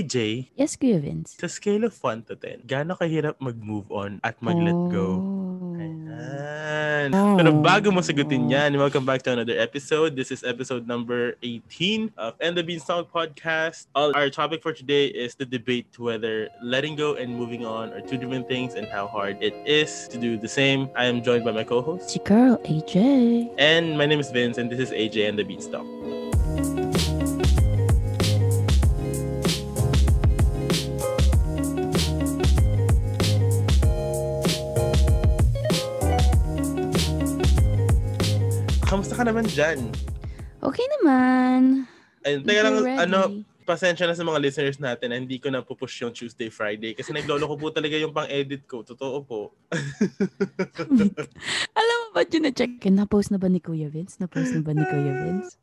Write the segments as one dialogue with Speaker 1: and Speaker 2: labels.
Speaker 1: AJ,
Speaker 2: Yes, Kuya Vince.
Speaker 1: sa scale of 1 to 10, gaano kahirap mag-move on at mag-let go?
Speaker 2: Oh.
Speaker 1: Ayan.
Speaker 2: Oh.
Speaker 1: Pero bago mo sagutin yan, welcome back to another episode. This is episode number 18 of End the Beanstalk podcast. All, our topic for today is the debate whether letting go and moving on are two different things and how hard it is to do the same. I am joined by my co-host.
Speaker 2: Si girl, AJ.
Speaker 1: And my name is Vince, and this is AJ and the Beanstalk. Kamusta ka naman dyan?
Speaker 2: Okay naman.
Speaker 1: Ayun, teka lang,
Speaker 2: We're ready.
Speaker 1: ano, pasensya na sa mga listeners natin na hindi ko na pupush yung Tuesday, Friday kasi naglolo ko po talaga yung pang-edit ko. Totoo po.
Speaker 2: Alam mo ba yun na-check? Na-post na ba ni Kuya Vince? Na-post na ba ni Kuya Vince?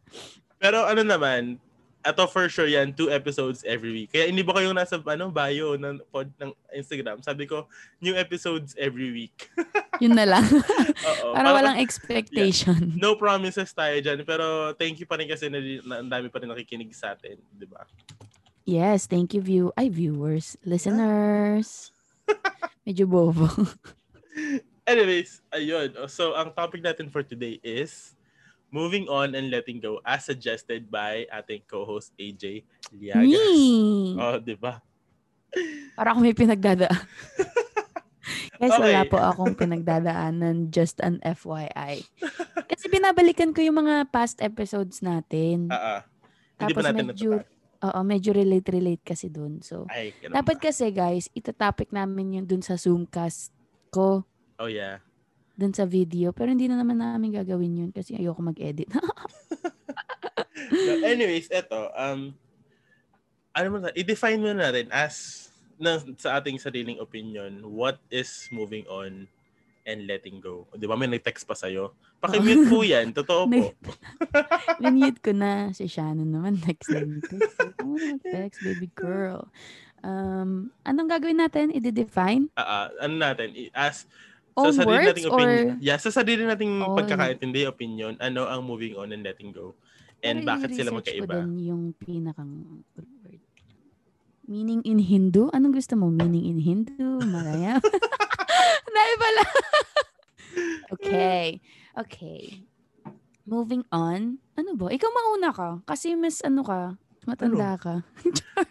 Speaker 1: Pero ano naman, ato for sure yan, two episodes every week. Kaya hindi ba kayong nasa ano, bio ng, pod, ng Instagram? Sabi ko, new episodes every week.
Speaker 2: Yun na lang.
Speaker 1: Oo.
Speaker 2: Para
Speaker 1: Parang
Speaker 2: walang expectation.
Speaker 1: No promises tayo dyan, pero thank you pa rin kasi na, na ang dami pa rin nakikinig sa atin, di ba?
Speaker 2: Yes, thank you view. Ay, viewers. Listeners. Medyo bobo.
Speaker 1: Anyways, ayun. So, ang topic natin for today is moving on and letting go as suggested by ating co-host AJ Liagas.
Speaker 2: Me!
Speaker 1: Oh, di ba?
Speaker 2: Para akong may pinagdadaan. Guys, wala
Speaker 1: Okay.
Speaker 2: po akong pinagdadaanan. Just an FYI. Kasi binabalikan ko yung mga past episodes natin.
Speaker 1: Ah, ah. Hindi
Speaker 2: Tapos
Speaker 1: pa natin
Speaker 2: medyo,
Speaker 1: natutunan.
Speaker 2: oo, medyo relate-relate kasi dun. So,
Speaker 1: Ay, ganun
Speaker 2: dapat
Speaker 1: ba?
Speaker 2: kasi guys, itatopic namin yung dun sa Zoomcast ko,
Speaker 1: Oh, yeah.
Speaker 2: dun sa video. Pero hindi na naman namin gagawin yun kasi ayoko mag-edit.
Speaker 1: So, anyways, eto, um, ano mo na, i-define mo na rin as, na, sa ating sariling opinion, what is moving on and letting go. O, Di ba, may nag-text pa sa'yo. Pakimute po yan, totoo po.
Speaker 2: Nag- Linute ko na si Shannon naman next time. Text. Ano mag-text, baby girl? Um, anong gagawin natin? I-define?
Speaker 1: Ah, ah, ano natin, i- as,
Speaker 2: Own
Speaker 1: sa sarili
Speaker 2: words
Speaker 1: nating
Speaker 2: or
Speaker 1: opinion, yeah, sa sarili nating
Speaker 2: Own-
Speaker 1: pagkakaintindi, opinion, ano ang moving on and letting go? And
Speaker 2: Pero
Speaker 1: bakit sila
Speaker 2: i-research ko
Speaker 1: magkaiba?
Speaker 2: din yung pinakang word. Meaning in Hindu? Anong gusto mo? Meaning in Hindu? Maraya? Dahil pala. okay. Okay. Moving on. Ano ba? Ikaw mauna ka. Kasi mas ano ka. mas Matanda ka.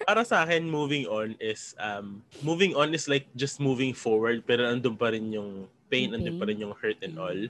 Speaker 1: Para sa akin, moving on is, um, moving on is like just moving forward, pero andun pa rin yung pain,
Speaker 2: Yung
Speaker 1: andun pa rin yung hurt and
Speaker 2: Mm.
Speaker 1: all.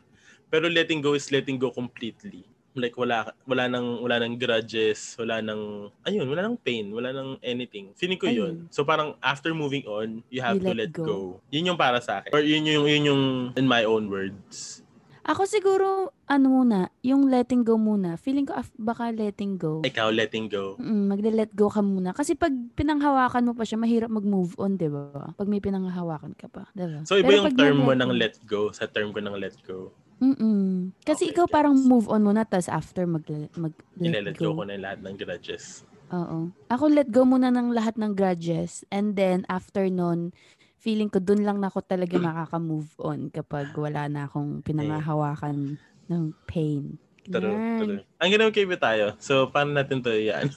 Speaker 1: Pero letting go is letting go completely. Like wala wala nang wala nang grudges, wala nang ayun, wala nang pain, wala nang anything. Feeling ko 'yun. So parang after moving on, you have
Speaker 2: You
Speaker 1: to let
Speaker 2: let
Speaker 1: go.
Speaker 2: go.
Speaker 1: Yun yung para sa akin. Or yun yung yun yung in my own words.
Speaker 2: Ako siguro, ano muna, yung letting go muna. Feeling ko af- baka letting go.
Speaker 1: Ikaw letting go.
Speaker 2: Mm, magle-let go ka muna. Kasi pag pinanghawakan mo pa siya, mahirap mag-move on, di ba? Pag may pinanghawakan ka pa, di ba?
Speaker 1: So iba
Speaker 2: Pero
Speaker 1: yung
Speaker 2: pag
Speaker 1: term mo
Speaker 2: na-let
Speaker 1: ng
Speaker 2: go-
Speaker 1: let go sa term ko ng let go.
Speaker 2: Mm-mm. Kasi
Speaker 1: Okay,
Speaker 2: ikaw parang
Speaker 1: gets.
Speaker 2: move on muna, tas after mag-let mag
Speaker 1: Ile-let go ko
Speaker 2: go.
Speaker 1: na yung lahat ng grudges.
Speaker 2: Oo. Ako let go muna ng lahat ng grudges. And then, after nun, feeling ko dun lang na ako talaga makaka-move on kapag wala na akong pinangahawakan ng pain.
Speaker 1: True,
Speaker 2: Yan.
Speaker 1: true. Ang ganun kay tayo. So, paano natin to iyan?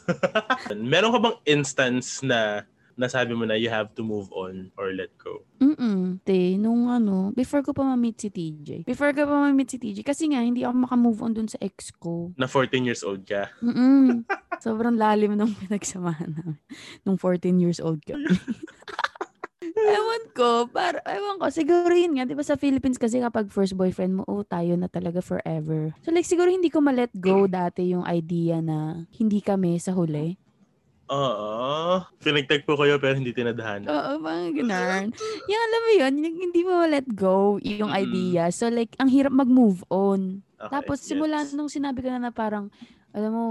Speaker 1: Meron ka bang instance na nasabi mo na you have to move on or let go?
Speaker 2: Mm-mm. Te, nung ano, before ko pa ma-meet si TJ. Before ko pa ma-meet si TJ. Kasi nga, hindi ako makamove on dun sa ex ko.
Speaker 1: Na 14 years old ka.
Speaker 2: Mm-mm. Sobrang lalim nung pinagsamahan namin. Nung 14 years old ka. ewan ko, par, ewan ko, siguro yun nga, di ba sa Philippines kasi kapag first boyfriend mo, oh, tayo na talaga forever. So like, siguro hindi ko ma-let go dati yung idea na hindi kami sa huli.
Speaker 1: Oo. Pinagtagpo kayo pero hindi tinadhana.
Speaker 2: Oo, mga ganun. Yung alam mo yun, yung hindi mo ma-let go yung
Speaker 1: Mm-mm.
Speaker 2: idea. So like, ang hirap mag-move on.
Speaker 1: Okay,
Speaker 2: Tapos
Speaker 1: gets.
Speaker 2: simula nung sinabi ko na na parang, alam mo,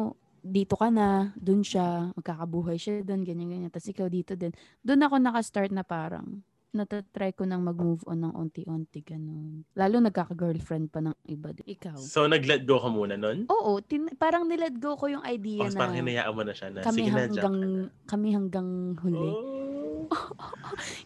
Speaker 2: dito ka na, dun siya, magkakabuhay siya dun, ganyan-ganyan. Tapos ikaw dito din. Dun ako nakastart na parang, natatry ko nang mag-move on ng onti-onti, ganun. Lalo nagkaka-girlfriend pa ng iba. din. Ikaw.
Speaker 1: So, nag-let go ka muna nun?
Speaker 2: Oo, tin- parang nilet go ko yung idea
Speaker 1: Tapos parang
Speaker 2: na
Speaker 1: hinayaan mo na siya na,
Speaker 2: kami
Speaker 1: sige na, dyan
Speaker 2: hanggang,
Speaker 1: ka na.
Speaker 2: kami hanggang huli.
Speaker 1: Oh.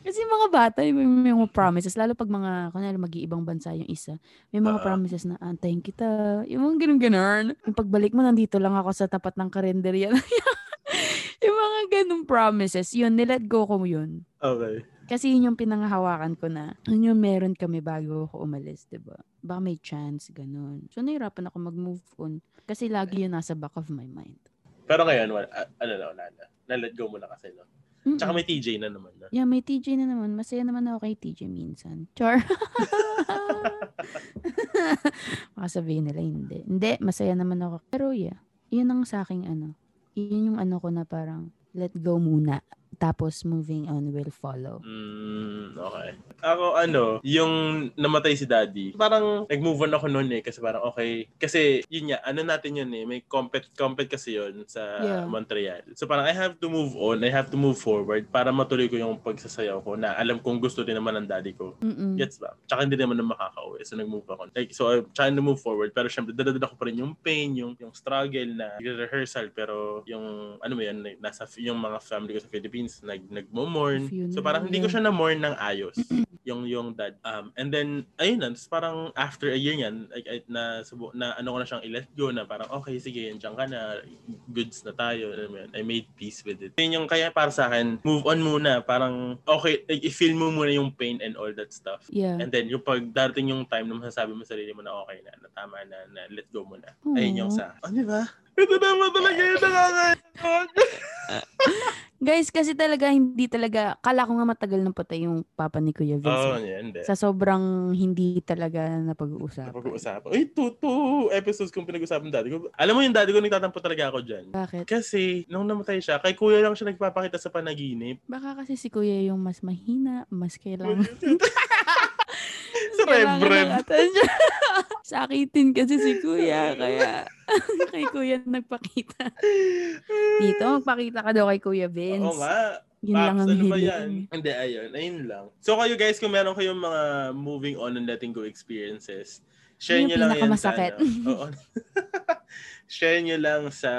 Speaker 2: Kasi mga bata, may, may mga promises. Lalo pag mga, kunwari mag-iibang bansa yung isa. May mga
Speaker 1: Ah.
Speaker 2: promises na, antayin kita. Yung mga ganun-ganun. Yung pagbalik mo, nandito lang ako sa tapat ng karinderya. yung Yung mga ganung promises, yun, nilet go ko yun.
Speaker 1: Okay.
Speaker 2: Kasi yun yung pinangahawakan ko na, yun yung meron kami bago ako umalis, 'di ba? Baka may chance, ganun. So, nahirapan ako mag-move on. Kasi lagi yun nasa back of my mind.
Speaker 1: Pero ngayon, wala, ah, ano na, wala na. Na-let go mo na kasi, no?
Speaker 2: Mm-mm.
Speaker 1: Tsaka may TJ na naman, no?
Speaker 2: Yeah, may TJ na naman. Masaya naman ako kay TJ minsan. Char. Baka sabihin nila, hindi. Hindi, masaya naman ako. Pero yeah, yun ang sa aking ano. Yun yung ano ko na parang let go muna. Tapos moving on will follow.
Speaker 1: Mm, okay. Ako, ano, yung namatay si daddy, parang nag-move on ako noon eh. Kasi parang okay. Kasi, yun nga, ano natin yun eh. May compet, compet kasi yun sa
Speaker 2: Yeah.
Speaker 1: Montreal. So parang I have to move on. I have to move forward para matuloy ko yung pagsasayaw ko na alam kong gusto din naman ng daddy ko.
Speaker 2: Mm-mm.
Speaker 1: Gets ba? Tsaka hindi naman na makaka-uwi. So, nag-move ako. Like, so, I'm trying to move forward. Pero, syempre, dadadala ko pa rin yung pain, yung, yung struggle na rehearsal. Pero, yung, ano mo yun, like, nasa, f- yung mga family ko sa Philippines, nag, nagmo-mourn.
Speaker 2: Funeral,
Speaker 1: So, parang hindi ko
Speaker 2: yeah.
Speaker 1: siya na-mourn ng ayos. yung, yung dad. Um, and then, ayun na, tapos parang after a year yan, like, I, na, subo, na, ano ko na siyang i-let go na parang, okay, sige, yan, ka na, goods na tayo. Alam mo yun, I made peace with it. Yun yung kaya para sa akin, move on muna. Parang, okay, like, i-feel mo muna yung pain and all that stuff.
Speaker 2: Yeah.
Speaker 1: And then, yung pag darating yung time na masasabi mo sa sarili mo na okay na, na tama na, na let go mo na.
Speaker 2: Aw.
Speaker 1: Ayun yung sa, ano ba? Ito naman talaga yung nakakaiwan.
Speaker 2: Guys, kasi talaga hindi talaga, kala ko nga matagal na patay yung papa ni Kuya
Speaker 1: Oo,
Speaker 2: Vincent.
Speaker 1: yun, hindi.
Speaker 2: Sa sobrang hindi talaga na pag-uusap.
Speaker 1: Napag-uusapan. Uy, two, two episodes kong pinag-usapan dati ko. Alam mo yung dati ko, nagtatampo talaga ako dyan.
Speaker 2: Bakit?
Speaker 1: Kasi, nung namatay siya, kay kuya lang siya nagpapakita sa panaginip.
Speaker 2: Baka kasi si Kuya yung mas mahina, mas kailangan.
Speaker 1: Sa
Speaker 2: Kailangan
Speaker 1: rev-rev.
Speaker 2: ng attention. Sakitin kasi si kuya, kaya kay kuya nagpakita. Dito, magpakita ka daw kay Kuya Vince.
Speaker 1: Oo nga.
Speaker 2: Yun lang
Speaker 1: Paps,
Speaker 2: ang eh.
Speaker 1: ano ba
Speaker 2: hiling.
Speaker 1: yan? Hindi, ayun. Ayun lang. So kayo guys, kung meron kayong mga moving on and letting go experiences, share
Speaker 2: Yun
Speaker 1: nyo
Speaker 2: yung
Speaker 1: lang yan sa...
Speaker 2: pinakamasakit.
Speaker 1: ano. Oo. share nyo lang sa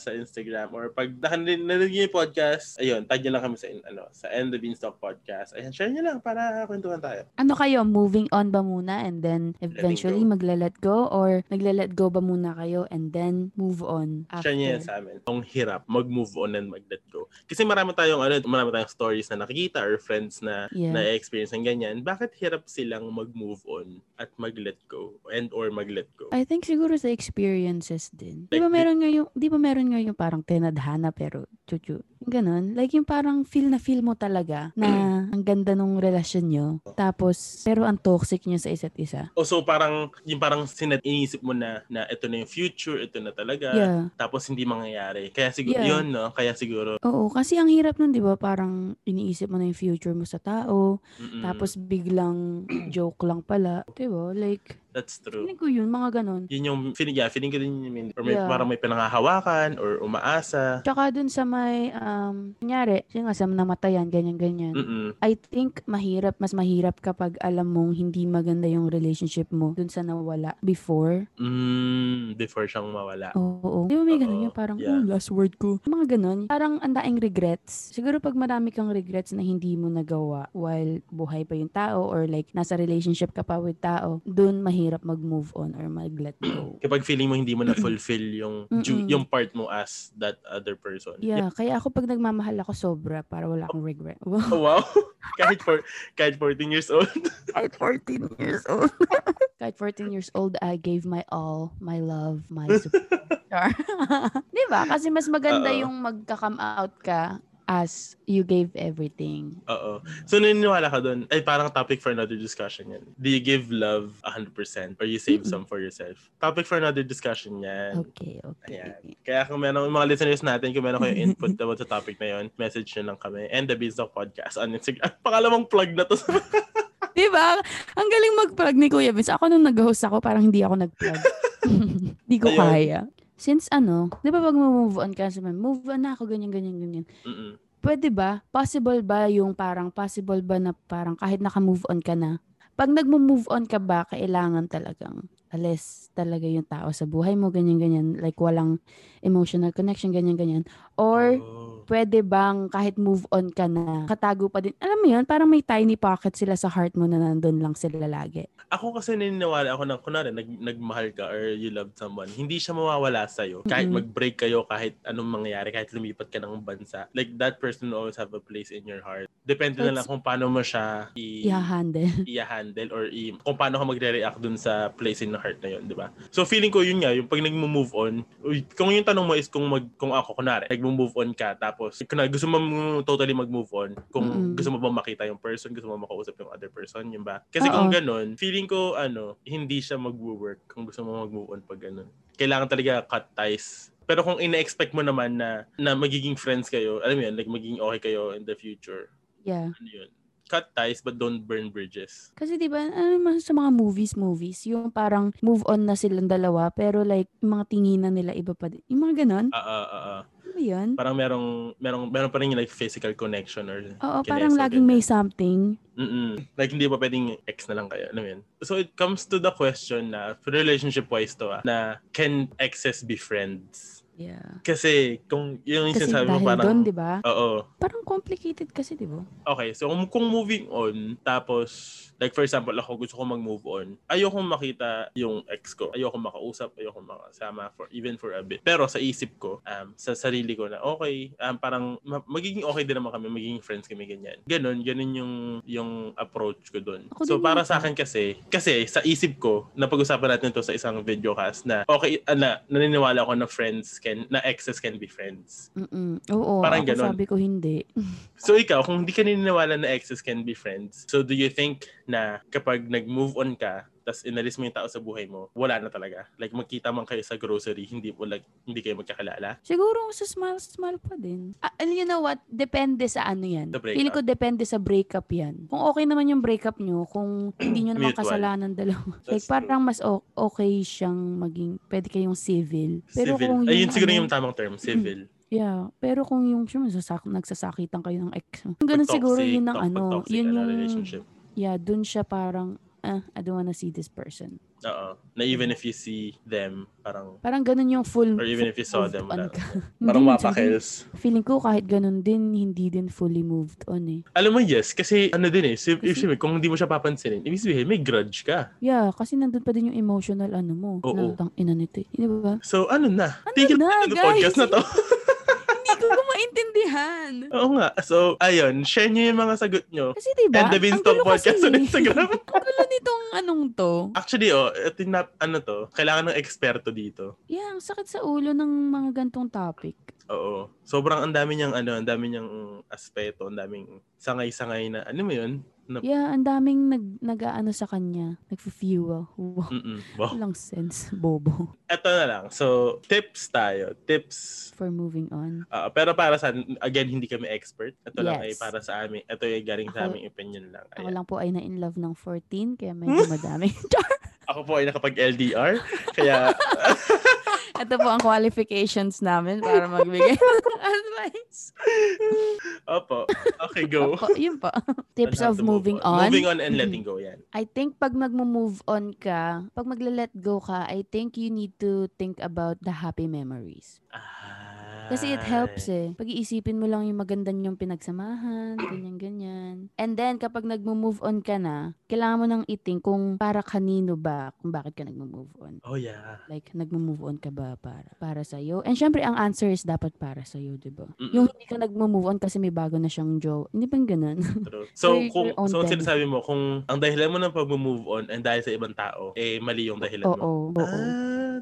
Speaker 1: sa Instagram or pag nakan- narinig nyo yung podcast, ayun, tag nyo lang kami sa in- ano sa End the Beanstalk Podcast. Ayun, share nyo lang para kwentuhan tayo.
Speaker 2: Ano kayo, moving on ba muna and then eventually
Speaker 1: go.
Speaker 2: magla-let go or nagla-let go ba muna kayo and then move on after?
Speaker 1: Share nyo yan sa amin. Ang hirap mag-move on and mag-let go. Kasi marami tayong, ano, marami tayong stories na nakikita or friends na
Speaker 2: Yeah.
Speaker 1: na-experience ng ganyan, bakit hirap silang mag-move on at mag-let go and or mag-let go?
Speaker 2: I think siguro sa experiences din. Di
Speaker 1: Like,
Speaker 2: ba
Speaker 1: di-
Speaker 2: meron ngayon, di ba meron ngayon parang tinadhana pero chuchu. Yung Ganun. Like yung parang feel na feel mo talaga na ang ganda nung relasyon nyo. Tapos, pero ang toxic nyo sa isa't isa.
Speaker 1: O Oh, so parang, yung parang sinet, iniisip mo na, na ito na yung future, ito na talaga.
Speaker 2: Yeah.
Speaker 1: Tapos hindi mangyayari. Kaya siguro,
Speaker 2: Yeah.
Speaker 1: yun no? Kaya siguro,
Speaker 2: Oo. Kasi ang hirap nun, di ba? Parang iniisip mo na yung future mo sa tao.
Speaker 1: mm-mm,
Speaker 2: Tapos biglang joke lang pala. Di ba? Like,
Speaker 1: that's true.
Speaker 2: feeling ko yun, mga ganun.
Speaker 1: Yun yung feeling, yeah, feeling ko din yun. Or may,
Speaker 2: Yeah.
Speaker 1: parang may pinangahawakan or umaasa.
Speaker 2: Tsaka dun sa may, um, kunyari, kasi nga sa namatayan, ganyan-ganyan.
Speaker 1: Mm-mm.
Speaker 2: I think mahirap, mas mahirap kapag alam mong hindi maganda yung relationship mo dun sa nawala before.
Speaker 1: Mm, before siyang
Speaker 2: Oh.
Speaker 1: mawala.
Speaker 2: Oo. Di ba may
Speaker 1: Oo,
Speaker 2: ganun yung parang,
Speaker 1: yeah.
Speaker 2: oh, last word ko. Yung Mga ganun. Parang ang daing regrets. Siguro pag marami kang regrets na hindi mo nagawa while buhay pa yung tao or like nasa relationship ka pa with tao, dun mahirap mag-move on or mag-let go.
Speaker 1: Kapag feeling mo hindi mo na-fulfill yung, ju-
Speaker 2: Mm-mm.
Speaker 1: yung part mo as that other person.
Speaker 2: Yeah, kaya ako pag nagmamahal ako sobra para wala akong regret. Wow,
Speaker 1: Oh, wow. kahit, for, kahit 14 years old.
Speaker 2: kahit 14 years old. kahit 14 years old, I gave my all, my love, my support. Char. Di ba? Kasi mas maganda
Speaker 1: Oo.
Speaker 2: yung magka-come out ka as you gave everything.
Speaker 1: Oo.
Speaker 2: Diba?
Speaker 1: So, naniniwala ka doon. Ay, parang topic for another discussion yan. Do you give love 100% or you save
Speaker 2: Mm-mm.
Speaker 1: some for yourself? Topic for another discussion yan.
Speaker 2: Okay, okay.
Speaker 1: Ayan. Kaya kung meron yung mga listeners natin, kung meron kayong input about sa topic na yon, message nyo lang kami. And the Beanstalk Podcast on Instagram. Pangalawang plug na to.
Speaker 2: Di ba? Ang galing mag-plug ni Kuya Vince. Ako nung nag-host ako, parang hindi ako nag-plug. Hindi ko
Speaker 1: Ayun.
Speaker 2: kaya. Since ano, di ba pag move on ka, sabi, move on na ako, ganyan, ganyan, ganyan.
Speaker 1: Mm-mm.
Speaker 2: Pwede ba? Possible ba yung parang, possible ba na parang kahit naka-move on ka na, pag nag-move on ka ba, kailangan talagang alis talaga yung tao sa buhay mo, ganyan, ganyan. Like, walang emotional connection, ganyan, ganyan. Or,
Speaker 1: Oh.
Speaker 2: pwede bang kahit move on ka na, katago pa din. Alam mo yun, parang may tiny pocket sila sa heart mo na nandun lang sila lagi.
Speaker 1: Ako kasi naniniwala ako ng, kunwari, nag, nagmahal ka or you love someone, hindi siya mawawala sa'yo. Kahit
Speaker 2: Mhm.
Speaker 1: mag-break kayo, kahit anong mangyayari, kahit lumipat ka ng bansa, like that person will always have a place in your heart. Depende na lang
Speaker 2: That's-
Speaker 1: kung paano mo siya i-
Speaker 2: I-handle.
Speaker 1: i-handle or i- kung paano ka magre-react dun sa place in the heart na yun, di ba? So feeling ko yun nga, yung pag nag-move on, uy, kung yung tanong mo is kung mag kung ako kunwari, nag-move on ka tapos kunwari, gusto mo totally mag-move on, kung
Speaker 2: Mm-mm.
Speaker 1: gusto mo ba makita yung person, gusto mo makausap yung other person, yun ba? Kasi
Speaker 2: Oo.
Speaker 1: kung ganun, feeling ko ano, hindi siya mag-work kung gusto mo mag-move on pag ganun. Kailangan talaga cut ties pero kung ina-expect mo naman na na magiging friends kayo, alam mo yun, like magiging okay kayo in the future,
Speaker 2: Yeah.
Speaker 1: ano yun? Cut ties but don't burn bridges.
Speaker 2: Kasi di ba ano naman sa mga movies, movies, yung parang move on na silang dalawa, pero like, yung mga tinginan nila iba pa din. Yung mga ganon,
Speaker 1: Ah, ah, ah, ah.
Speaker 2: ano ba yun?
Speaker 1: Parang merong, merong, meron pa rin yung like physical connection or kinesa,
Speaker 2: Oo, parang laging may
Speaker 1: ganyan.
Speaker 2: something.
Speaker 1: Mm-mm. Like hindi pa pwedeng ex na lang kayo. Alam mo yun? So it comes to the question na relationship wise to ah, na can exes be friends?
Speaker 2: Yeah.
Speaker 1: Kasi kung yung
Speaker 2: Kasi
Speaker 1: sinasabi mo
Speaker 2: dahil
Speaker 1: parang
Speaker 2: doon, di ba?
Speaker 1: Oo.
Speaker 2: Parang complicated kasi, di ba?
Speaker 1: Okay, so kung, kung moving on, tapos, like for example, ako gusto ko mag-move on, ayokong makita yung ex ko. Ayokong makausap, ayokong makasama, for, even for a bit. Pero sa isip ko, um, sa sarili ko na, okay, um, parang ma- magiging okay din naman kami, magiging friends kami, ganyan. Ganon, ganon yung, yung approach ko doon.
Speaker 2: Ako
Speaker 1: So
Speaker 2: din
Speaker 1: para
Speaker 2: naman.
Speaker 1: sa akin kasi, kasi sa isip ko, napag-usapan natin to sa isang videocast na, okay, ana, naniniwala ko na friends can, na exes can be friends.
Speaker 2: Mm-mm. Oo,
Speaker 1: Parang
Speaker 2: ako
Speaker 1: ganon.
Speaker 2: sabi ko hindi.
Speaker 1: So ikaw, kung hindi ka naniniwala na exes can be friends, so do you think na kapag nag-move on ka, tas inalis mo yung tao sa buhay mo, wala na talaga? Like magkita man kayo sa grocery, hindi mo like, hindi kayo magkakilala?
Speaker 2: Siguro sa small small pa din. Ah, and you know what? Depende sa ano yan.
Speaker 1: Sa breakup.
Speaker 2: Feeling ko depende sa breakup yan. Kung okay naman yung breakup nyo, kung hindi nyo naman
Speaker 1: Mutual.
Speaker 2: kasalanan dalawa. like
Speaker 1: That's
Speaker 2: parang mas o- okay siyang maging, pwede kayong civil. Pero
Speaker 1: civil.
Speaker 2: kung
Speaker 1: Ayun siguro
Speaker 2: ano-
Speaker 1: yung tamang term, civil.
Speaker 2: Yeah, pero kung yung siyempre, sasak, nagsasakitan kayo ng ex. mo. Ganun
Speaker 1: Pag
Speaker 2: siguro
Speaker 1: toxic,
Speaker 2: yun
Speaker 1: pag-
Speaker 2: ang
Speaker 1: pag
Speaker 2: ano.
Speaker 1: toxic,
Speaker 2: Yun
Speaker 1: ano,
Speaker 2: yung,
Speaker 1: relationship.
Speaker 2: yeah, dun siya parang, ah, I don't wanna see this person.
Speaker 1: Oo. Na even if you see them, parang,
Speaker 2: Parang ganun yung full,
Speaker 1: or even if you saw
Speaker 2: moved
Speaker 1: them, wala.
Speaker 2: on ka. Hindi
Speaker 1: parang
Speaker 2: minsan din-
Speaker 1: mapakils.
Speaker 2: Feeling ko kahit ganun din, hindi din fully moved on eh.
Speaker 1: Alam mo, yes. Kasi ano din eh, si,
Speaker 2: Kasi-
Speaker 1: kasi, kung hindi mo siya papansinin, ibig sabihin, may grudge ka.
Speaker 2: Yeah, kasi nandun pa din yung emotional ano mo.
Speaker 1: Oo.
Speaker 2: Na, tang ina nito. eh." Di ba?
Speaker 1: So ano na?
Speaker 2: Ano
Speaker 1: Tigil
Speaker 2: na,
Speaker 1: ng
Speaker 2: guys?
Speaker 1: podcast na to.
Speaker 2: Hindi ko ko maintindihan.
Speaker 1: Oo nga. So, ayun. Share nyo yung mga sagot nyo.
Speaker 2: Kasi di ba?
Speaker 1: And the Beanstalk Podcast
Speaker 2: eh.
Speaker 1: on Instagram.
Speaker 2: ang gulo nitong anong to.
Speaker 1: Actually, oh, ito na, ano to, kailangan ng eksperto dito.
Speaker 2: Yeah, ang sakit sa ulo ng mga gantong topic.
Speaker 1: Oo. Sobrang ang dami niyang, ano, ang dami niyang aspeto, ang daming sangay-sangay na, ano mo yun? Na,
Speaker 2: Yeah, ang daming nag, nag-aano sa kanya. Nag-fuel. Wow.
Speaker 1: Mm-mm. Wow.
Speaker 2: Walang sense. Bobo.
Speaker 1: Ito na lang. So, tips tayo. Tips
Speaker 2: For moving on.
Speaker 1: Ah, pero para sa again hindi kami expert. Ito lang ay
Speaker 2: Yes.
Speaker 1: para sa amin. Ito ay galing sa
Speaker 2: Ako-
Speaker 1: aming opinion lang.
Speaker 2: Ako
Speaker 1: Ayan. Hmm?
Speaker 2: lang po ay na in love ng 14, kaya medyo madami. Char!
Speaker 1: Ako po ay nakapag LDR kaya
Speaker 2: Ito po ang qualifications namin para magbigay ng advice.
Speaker 1: opo. Okay, go.
Speaker 2: Opo, yun po. Tips
Speaker 1: On how
Speaker 2: of
Speaker 1: to move
Speaker 2: moving on. Mm-hmm.
Speaker 1: Moving on and letting go 'yan.
Speaker 2: I think pag magmo-move on ka, pag magle-let go ka, I think you need to think about the happy memories.
Speaker 1: Ah.
Speaker 2: Kasi it helps eh. Pag-iisipin mo lang yung maganda niyong pinagsamahan, ganyan-ganyan. And then, kapag nagmo-move on ka na, kailangan mo nang iting kung para kanino ba, kung bakit ka nagmo-move on.
Speaker 1: Oh yeah.
Speaker 2: Like, nagmo-move on ka ba para para sa iyo? And syempre, ang answer is dapat para sa iyo, 'di ba?
Speaker 1: Mm-mm.
Speaker 2: Yung hindi ka nagmo-move on kasi may bago na siyang jowa. Hindi ba ganun?
Speaker 1: True. So
Speaker 2: your
Speaker 1: kung
Speaker 2: own
Speaker 1: so ang
Speaker 2: benefit.
Speaker 1: sinasabi mo kung ang dahilan mo ng pag-move on and dahil sa ibang tao eh mali yung dahilan
Speaker 2: oo,
Speaker 1: mo.
Speaker 2: oo.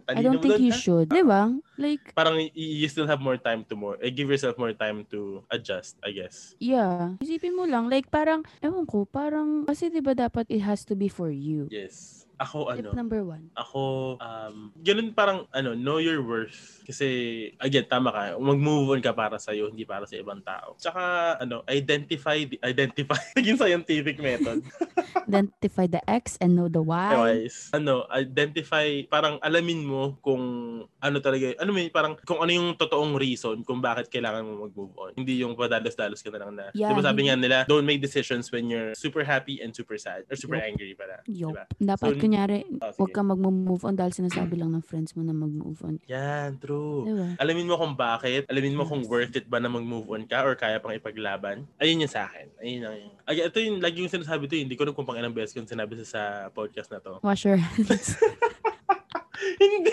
Speaker 1: Ah,
Speaker 2: I
Speaker 1: talino
Speaker 2: don't
Speaker 1: mo
Speaker 2: think
Speaker 1: doon,
Speaker 2: you
Speaker 1: ah.
Speaker 2: should. 'Di ba? Like,
Speaker 1: Parang y- you still have more time to more. Eh, give yourself more time to adjust, I guess.
Speaker 2: yeah. Isipin mo lang, like parang ewan ko, parang kasi 'di ba dapat it has to be for you.
Speaker 1: Yes. Ako ano?
Speaker 2: Tip number one.
Speaker 1: Ako, um, ganun parang, ano, know your worth. Kasi, again, tama ka. Mag-move on ka para sa'yo, hindi para sa ibang tao. Tsaka, ano, identify, identify, naging scientific method.
Speaker 2: Identify the X and know the Y.
Speaker 1: Anyways, ano, identify, parang alamin mo kung ano talaga, ano may, parang kung ano yung totoong reason kung bakit kailangan mo mag-move on. Hindi yung padalos-dalos ka na lang na,
Speaker 2: Yeah,
Speaker 1: diba sabi
Speaker 2: hindi.
Speaker 1: nga nila, don't make decisions when you're super happy and super sad, or super
Speaker 2: Yup.
Speaker 1: angry pala.
Speaker 2: Yup.
Speaker 1: Diba?
Speaker 2: Dapat
Speaker 1: So,
Speaker 2: kunyari,
Speaker 1: Ah, sige.
Speaker 2: huwag ka mag-move on dahil sinasabi lang ng friends mo na mag-move on.
Speaker 1: Yan, true.
Speaker 2: Diba?
Speaker 1: Alamin mo kung bakit, alamin mo kung
Speaker 2: Yes.
Speaker 1: worth it ba na mag-move on ka or kaya pang ipaglaban. Ayun yun sa akin. Ayun lang yun. Ay, ito yung lagi yung sinasabi to, eh, hindi ko alam kung pang ilang beses ko yung sinabi sa, sa podcast na to.
Speaker 2: Wash your hands.
Speaker 1: hindi.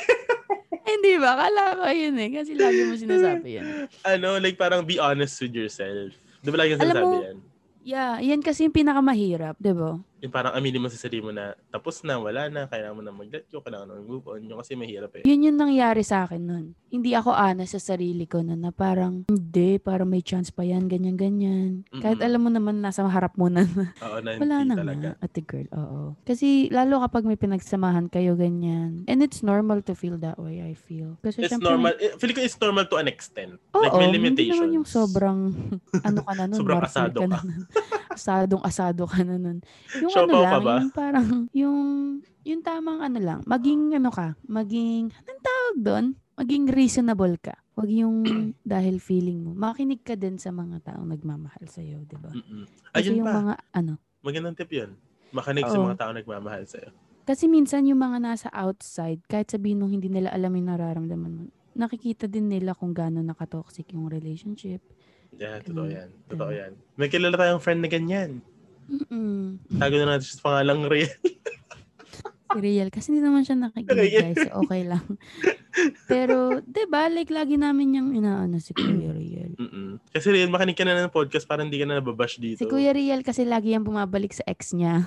Speaker 2: Hindi ba? Kala ko yun eh. Kasi lagi mo sinasabi yan.
Speaker 1: Ano, like parang be honest with yourself. Di ba lagi yung
Speaker 2: Alam
Speaker 1: sinasabi
Speaker 2: mo-
Speaker 1: yan?
Speaker 2: Yeah, yan kasi yung pinakamahirap, di ba?
Speaker 1: Yung parang aminin mo sa sarili mo na tapos na, wala na, kailangan mo na mag-let go, kailangan mo na mag-move on. Yung kasi mahirap eh.
Speaker 2: Yun yung nangyari sa akin nun. Hindi ako ana sa sarili ko nun na parang, hindi, parang may chance pa yan, ganyan-ganyan. Kahit
Speaker 1: Mm-mm.
Speaker 2: alam mo naman nasa harap mo na
Speaker 1: Oo, na
Speaker 2: Wala
Speaker 1: hindi
Speaker 2: na
Speaker 1: talaga.
Speaker 2: nga, ate girl, oo. Kasi lalo kapag may pinagsamahan kayo ganyan. And it's normal to feel that way, I feel. Kasi
Speaker 1: It's
Speaker 2: syempre,
Speaker 1: normal. eh, Feel ko it's normal to an extent.
Speaker 2: may-
Speaker 1: like may
Speaker 2: Oo, hindi
Speaker 1: limitations.
Speaker 2: naman yung sobrang, ano ka na nun,
Speaker 1: Sobrang
Speaker 2: martyr
Speaker 1: asado
Speaker 2: ka. Na
Speaker 1: ka.
Speaker 2: nun. asadong asado ka na nun. Yung
Speaker 1: Siopaw ka
Speaker 2: ano lang,
Speaker 1: ba?
Speaker 2: yung parang, yung, yung tamang ano lang, maging ano ka, maging, anong tawag doon? Maging reasonable ka. Huwag yung dahil feeling mo. Makinig ka din sa mga taong nagmamahal sa'yo, di ba?
Speaker 1: Mm-mm.
Speaker 2: Kasi
Speaker 1: Ayun
Speaker 2: yung
Speaker 1: pa.
Speaker 2: mga, ano,
Speaker 1: Magandang tip yun. Makinig sa
Speaker 2: Oo.
Speaker 1: mga tao nagmamahal sa'yo.
Speaker 2: Kasi minsan yung mga nasa outside, kahit sabihin nung hindi nila alam yung nararamdaman mo, nakikita din nila kung gaano nakatoxic yung relationship.
Speaker 1: Yeah, totoo
Speaker 2: Mm-hmm.
Speaker 1: yan. Totoo
Speaker 2: Ganun.
Speaker 1: yan. May kilala tayong friend na ganyan.
Speaker 2: Mm-mm.
Speaker 1: Tago na natin siya sa pangalang Ria.
Speaker 2: Si Riel, kasi hindi naman siya nakikinig
Speaker 1: Riel.
Speaker 2: guys, so okay lang. Pero, 'di ba like lagi namin yung inaano si Kuya Riel.
Speaker 1: Mm-mm. Kasi Rian, makinig ka na ng podcast parang hindi ka na nababash dito.
Speaker 2: Si Kuya Riel kasi lagi yan bumabalik sa ex niya.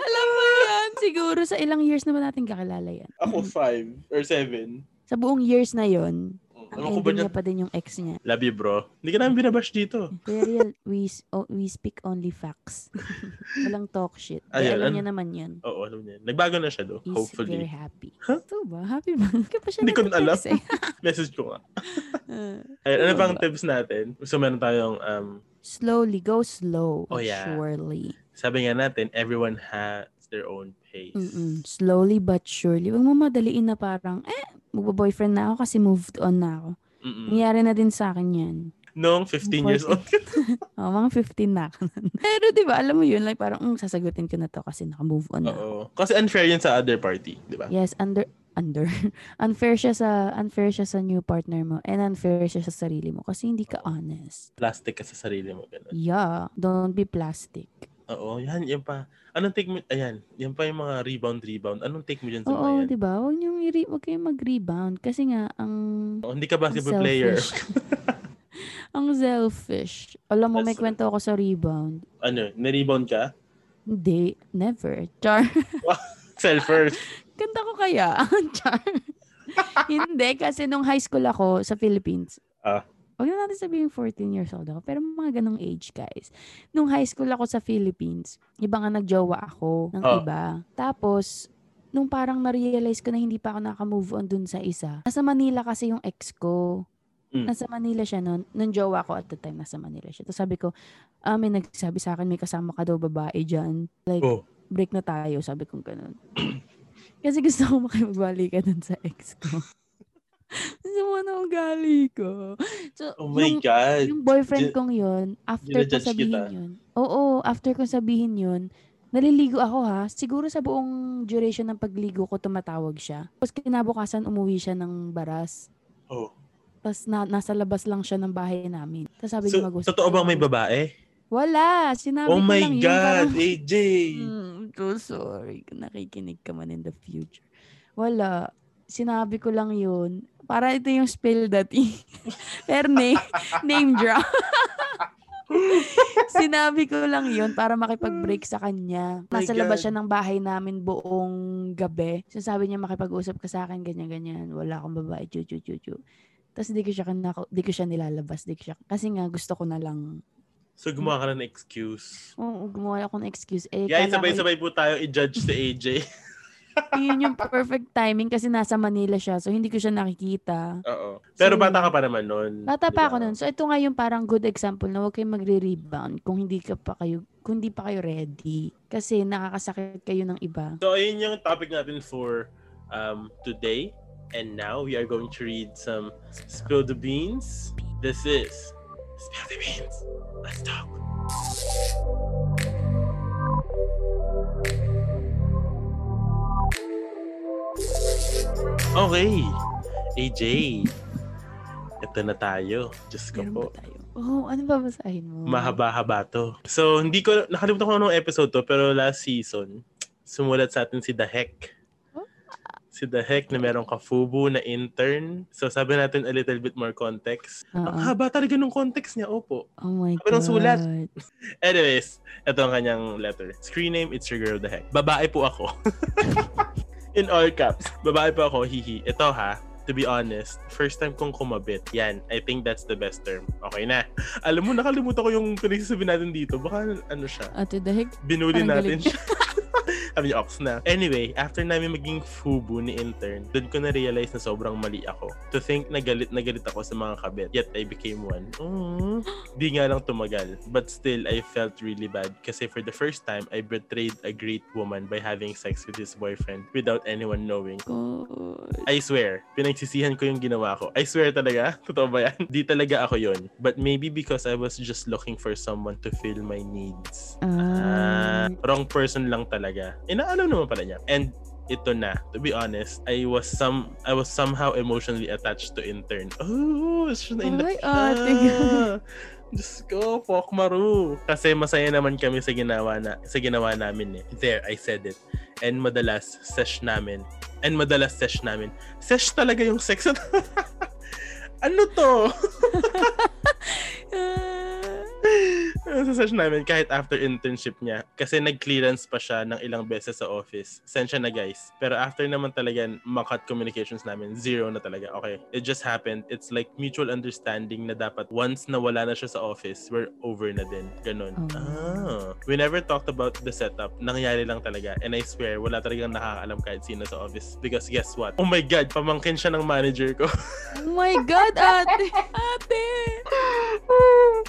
Speaker 2: alam mo yan, siguro sa ilang years na ba natin kakilala yan?
Speaker 1: Ako five or seven.
Speaker 2: Sa buong years na yon, ang
Speaker 1: Ano ko ba
Speaker 2: ending
Speaker 1: niya?
Speaker 2: niya pa din yung ex niya.
Speaker 1: Love you, bro. Hindi ka namin binabash dito.
Speaker 2: Kuya Riel, we, s- o- we speak only facts. Walang talk shit. Ay,
Speaker 1: Ayun,
Speaker 2: alam
Speaker 1: ano-
Speaker 2: niya naman yun.
Speaker 1: Oo, alam niya. Nagbago na siya do.
Speaker 2: He's very
Speaker 1: Hopefully.
Speaker 2: happy. Ito ba? Happy ba? Hindi pa siya
Speaker 1: Hindi ko
Speaker 2: nag-text eh.
Speaker 1: Message ko nga.
Speaker 2: Uh,
Speaker 1: Ayun, ano
Speaker 2: Ano
Speaker 1: pang
Speaker 2: ba?
Speaker 1: tips natin? So, meron tayong, um,
Speaker 2: Slowly, go slow.
Speaker 1: Oh, yeah.
Speaker 2: Surely.
Speaker 1: sabi nga natin, everyone has their own pace.
Speaker 2: Mm-mm. Slowly but surely. Huwag mo madaliin na parang, eh, magbo-boyfriend na ako kasi moved on na ako.
Speaker 1: Mm-mm.
Speaker 2: Nangyari na din sa akin yan.
Speaker 1: Noong 15 years old.
Speaker 2: Oh, mga 15 na ako. nun. Pero di ba, alam mo yun, like parang, mm, sasagutin ko na to kasi naka-move on na ako.
Speaker 1: Oo. Kasi unfair yun sa other party, di ba?
Speaker 2: Yes, under under unfair siya sa unfair siya sa new partner mo and unfair siya sa sarili mo kasi hindi ka honest.
Speaker 1: Plastic ka sa sarili mo. Ganun.
Speaker 2: Yeah, don't be plastic.
Speaker 1: Oo, yan, yan pa. Anong take mo, ayan, yan pa yung mga rebound-rebound. Anong take mo dyan sa mga
Speaker 2: Oo,
Speaker 1: yan?
Speaker 2: 'di ba? Huwag niyo i- huwag kayong mag-rebound kasi nga ang
Speaker 1: Oo, hindi ka
Speaker 2: ang
Speaker 1: basketball player.
Speaker 2: ang selfish. Alam mo, may
Speaker 1: That's right.
Speaker 2: kwento ako sa rebound.
Speaker 1: ano, na-rebound ka?
Speaker 2: Hindi, never. Char.
Speaker 1: Self-first.
Speaker 2: Kanta ko kaya? Char. Hindi, kasi nung high school ako sa Philippines.
Speaker 1: Ah.
Speaker 2: Huwag na natin sabihin 14 years old ako. Pero mga ganong age, guys. Nung high school ako sa Philippines, iba nga nagjowa ako ng
Speaker 1: Ah.
Speaker 2: iba. Tapos, nung parang na-realize ko na hindi pa ako nakamove on dun sa isa. Nasa Manila kasi yung ex ko.
Speaker 1: Mm.
Speaker 2: Nasa Manila siya nun. Nung jowa ko at the time, nasa Manila siya. Tapos sabi ko, ah, may nagsabi sa akin, may kasama ka daw babae dyan. Like,
Speaker 1: Oh.
Speaker 2: break na tayo. Sabi kong ganun. Kasi gusto ko makipagbalikan dun sa ex ko. Gusto mo na ugali ko. So,
Speaker 1: Oh my
Speaker 2: yung,
Speaker 1: God.
Speaker 2: yung boyfriend
Speaker 1: Gi-
Speaker 2: kong yun, after ko
Speaker 1: ginajudge
Speaker 2: sabihin
Speaker 1: kita.
Speaker 2: yun, oo, after ko sabihin yun, naliligo ako ha. Siguro sa buong duration ng pagligo ko, tumatawag siya. Tapos kinabukasan, umuwi siya ng baras.
Speaker 1: Oh.
Speaker 2: Tapos na, nasa labas lang siya ng bahay namin. Tapos sabi
Speaker 1: So,
Speaker 2: niya mag-usap.
Speaker 1: totoo
Speaker 2: tayo,
Speaker 1: bang may
Speaker 2: mag-usap.
Speaker 1: babae?
Speaker 2: Wala! Sinabi
Speaker 1: Oh
Speaker 2: ko
Speaker 1: my
Speaker 2: lang yun.
Speaker 1: God,
Speaker 2: parang-
Speaker 1: AJ.
Speaker 2: Mm, I'm so sorry kung nakikinig ka man in the future. Wala. Sinabi ko lang yun. Para ito yung spill dati. Pero na- name drop. Sinabi ko lang yun para makipag-break sa kanya.
Speaker 1: Oh My
Speaker 2: Nasa labas
Speaker 1: God.
Speaker 2: siya ng bahay namin buong gabi. Sinasabi niya makipag-usap ka sa akin, ganyan-ganyan. Wala akong babae, ju ju ju ju. Tapos di ko siya, kanako- di ko siya nilalabas. Di ko siya, kasi nga gusto ko na lang.
Speaker 1: So, gumawa ka na ng excuse.
Speaker 2: Oo, gumawa ako ng excuse. Eh,
Speaker 1: Guys,
Speaker 2: kala ko-
Speaker 1: sabay-sabay po tayo i-judge si AJ.
Speaker 2: yun yung perfect timing kasi nasa Manila siya. So, hindi ko siya nakikita.
Speaker 1: Oo. Pero
Speaker 2: So,
Speaker 1: bata ka pa naman nun. di
Speaker 2: Bata
Speaker 1: ba?
Speaker 2: pa ako nun. So, ito nga yung parang good example na huwag kayong magre-rebound kung hindi ka pa kayo, kung hindi pa kayo ready. Kasi nakakasakit kayo ng iba.
Speaker 1: So, ayun yung topic natin for um, today. And now, we are going to read some Spill the Beans. This is Spill the Beans. Let's talk. Okay. AJ. Ito na tayo. Diyos ko
Speaker 2: Meron
Speaker 1: po.
Speaker 2: ba tayo? Oo, oh, ano ba basahin mo?
Speaker 1: Mm-hmm. Mahaba-haba to. So, hindi ko, nakalimutan ko anong episode to, pero last season, sumulat sa atin si The Heck. Si The Heck na merong kafubu na intern. So, sabi natin a little bit more context. Ang
Speaker 2: Oo.
Speaker 1: haba talaga nung context niya, opo.
Speaker 2: Oh my
Speaker 1: Pero
Speaker 2: God.
Speaker 1: ang sulat. Anyways, ito ang kanyang letter. Screen name, it's your girl, The Heck. Babae po ako. In all caps. Babae po ako, hihi. Ito ha, to be honest, first time kong kumabit. Yan, I think that's the best term. Okay na. Alam mo, nakalimutan ko yung pinagsasabi natin dito. Baka ano siya,
Speaker 2: Ate Dahig,
Speaker 1: binuli
Speaker 2: Parang
Speaker 1: natin
Speaker 2: galing.
Speaker 1: siya. Sabi niya, ox na. Anyway, after namin maging FUBU ni intern, doon ko na-realize na sobrang mali ako. To think na galit na galit ako sa mga kabit, yet I became one. Mm. Di nga lang tumagal. But still, I felt really bad kasi for the first time, I betrayed a great woman by having sex with his boyfriend without anyone knowing.
Speaker 2: God.
Speaker 1: I swear, pinagsisihan ko yung ginawa ko. I swear talaga, totoo ba yan? Di talaga ako yon. But maybe because I was just looking for someone to fill my needs. Ah,
Speaker 2: Ah.
Speaker 1: wrong person lang talaga. Inaalam naman pala niya. And ito na, to be honest, I was some I was somehow emotionally attached to intern. Oh, siya na in love
Speaker 2: Ay,
Speaker 1: siya.
Speaker 2: ate.
Speaker 1: Diyos ko, fuck maru. Kasi masaya naman kami sa ginawa na sa ginawa namin eh. There, I said it. And madalas sesh namin. And madalas sesh namin. Sesh talaga yung sex. ano to?
Speaker 2: Ah.
Speaker 1: sa session namin kahit after internship niya. Kasi nag-clearance pa siya ng ilang beses sa office. Sensya na guys. Pero after naman talaga, makat communications namin. Zero na talaga. Okay. It just happened. It's like mutual understanding na dapat once na wala na siya sa office, we're over na din. Ganun.
Speaker 2: Oh.
Speaker 1: Ah. We never talked about the setup. Nangyari lang talaga. And I swear, wala talagang nakakaalam kahit sino sa office. Because guess what? Oh my God, pamangkin siya ng manager ko.
Speaker 2: Oh my God, ate! Ate!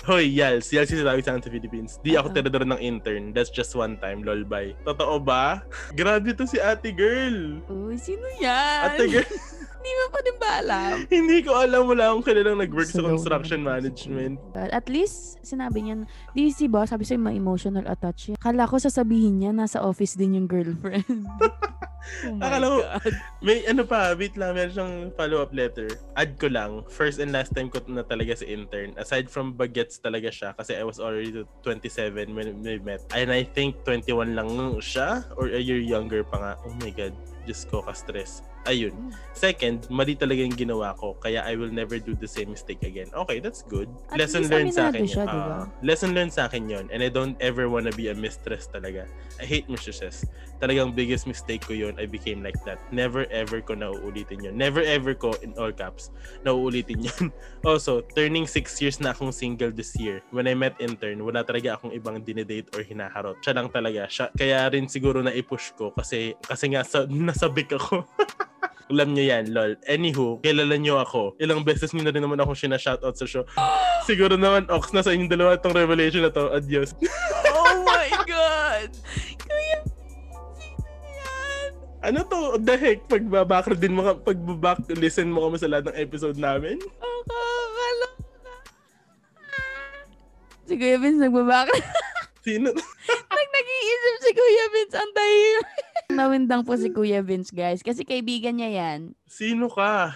Speaker 1: Hoy, Yals. Yals yung sinabi sa akin sa Philippines. Di ako
Speaker 2: Ah.
Speaker 1: tinador ng intern. That's just one time, lol, bye. Totoo ba? Grabe to si ate girl.
Speaker 2: Uy, sino yan?
Speaker 1: Ate girl,
Speaker 2: Hindi mo pa din ba alam?
Speaker 1: hindi ko alam. Wala akong kilalang nag-work sa
Speaker 2: Sayaw
Speaker 1: construction
Speaker 2: naman kasi.
Speaker 1: management.
Speaker 2: But at least, sinabi niya, na- di si boss, sabi sa'yo, ma-emotional attach siya. Akala ko sasabihin niya, nasa office din yung girlfriend. oh my
Speaker 1: Akala ko-
Speaker 2: God.
Speaker 1: May ano pa, wait lang. Meron siyang follow-up letter. Add ko lang. First and last time ko na talaga si intern. Aside from bagets talaga siya kasi I was already 27 when we met. And I think 21 lang siya or a year younger pa nga. Oh my God. Diyos ko, ka-stress. Ayun.
Speaker 2: Hmm.
Speaker 1: Second, mali talaga yung ginawa ko, kaya I will never do the same mistake again. Okay, that's good.
Speaker 2: At
Speaker 1: lesson
Speaker 2: least
Speaker 1: learned sa akin
Speaker 2: aminado
Speaker 1: yun.
Speaker 2: siya, di ba?
Speaker 1: Ah, lesson learned sa akin yun. And I don't ever wanna be a mistress talaga. I hate mistresses. Talagang biggest mistake ko yun, I became like that. Never ever ko nauulitin yun. Never ever ko, in all caps, nauulitin yun. also, turning 6 years na akong single this year. When I met intern, wala talaga akong ibang dinedate or hinaharot. Siya lang talaga. Siya, kaya rin siguro na i-push ko kasi, kasi nga sa, nasabik ako. Alam nyo yan, lol. Anywho, kilala nyo ako. Ilang beses nyo na rin naman akong sinashoutout sa show. Siguro naman, Ox, na sa inyong dalawa itong revelation na to. Adios.
Speaker 2: oh my God! Kuya, sino yan?
Speaker 1: Ano to? The heck? Pagbabakar din mo, ka- pagbaback listen mo kami sa lahat ng episode namin?
Speaker 2: Akala ko. Si Kuya Vince nagbabaka.
Speaker 1: Sino?
Speaker 2: Pag nag-iisip si Kuya Vince, ang tahimik. Nawindang po si Kuya Vince, guys. Kasi kaibigan niya yan.
Speaker 1: Sino ka?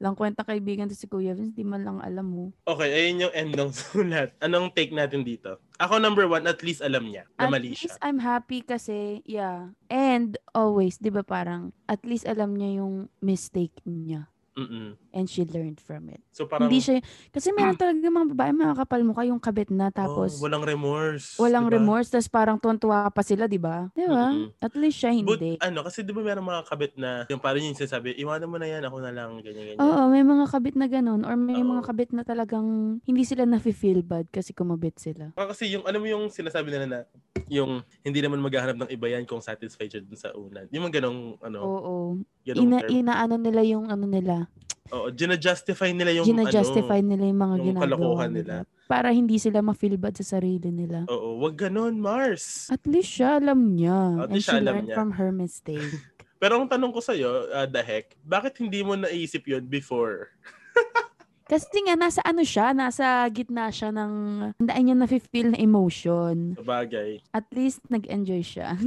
Speaker 2: lang kwenta kaibigan to si Kuya Vince, di man lang alam mo.
Speaker 1: Okay, ayun yung end ng sulat. Anong take natin dito? Ako number one, at least alam niya na
Speaker 2: At
Speaker 1: mali
Speaker 2: least
Speaker 1: siya.
Speaker 2: I'm happy kasi, yeah. And always, di ba parang, at least alam niya yung mistake niya.
Speaker 1: Mm-mm.
Speaker 2: And she learned from it.
Speaker 1: So parang,
Speaker 2: Hindi siya, kasi meron talaga mga babae, mga kapal mukha yung kabit na, tapos
Speaker 1: oh, walang remorse.
Speaker 2: walang
Speaker 1: diba?
Speaker 2: remorse, tapos parang tuwa pa sila, di ba? Di ba?
Speaker 1: Mm-mm.
Speaker 2: At least siya
Speaker 1: But
Speaker 2: hindi.
Speaker 1: ano, kasi di ba meron mga kabit na, yung parang yung sinasabi, iwanan mo na yan, ako na lang, ganyan-ganyan.
Speaker 2: Oo, may mga kabit na ganun or may mga
Speaker 1: Oo.
Speaker 2: kabit na talagang hindi sila nafe-feel bad kasi kumabit sila.
Speaker 1: Baka kasi yung alam mo yung sinasabi nila na yung hindi naman maghahanap ng iba yan kung satisfied siya dun sa una. Yung mga ganong ano,
Speaker 2: Oo.
Speaker 1: ganong
Speaker 2: Ina,
Speaker 1: term.
Speaker 2: inaano nila yung ano nila.
Speaker 1: Oo, gina-justify nila yung
Speaker 2: Gina-justify
Speaker 1: ano.
Speaker 2: nila yung mga
Speaker 1: yung
Speaker 2: ginagawa
Speaker 1: kalokohan
Speaker 2: nila. Para hindi sila ma-feel bad sa sarili nila.
Speaker 1: Oo, wag ganon, Mars.
Speaker 2: At least siya alam niya.
Speaker 1: At
Speaker 2: and
Speaker 1: least
Speaker 2: she
Speaker 1: siya alam
Speaker 2: learned
Speaker 1: niya.
Speaker 2: from her mistake.
Speaker 1: Pero ang tanong ko sa'yo, uh, the heck, bakit hindi mo naisip yun before?
Speaker 2: Kasi nga, nasa ano siya, nasa gitna siya ng, handaan niya na feel na emotion.
Speaker 1: Sa bagay.
Speaker 2: At least, nag-enjoy siya.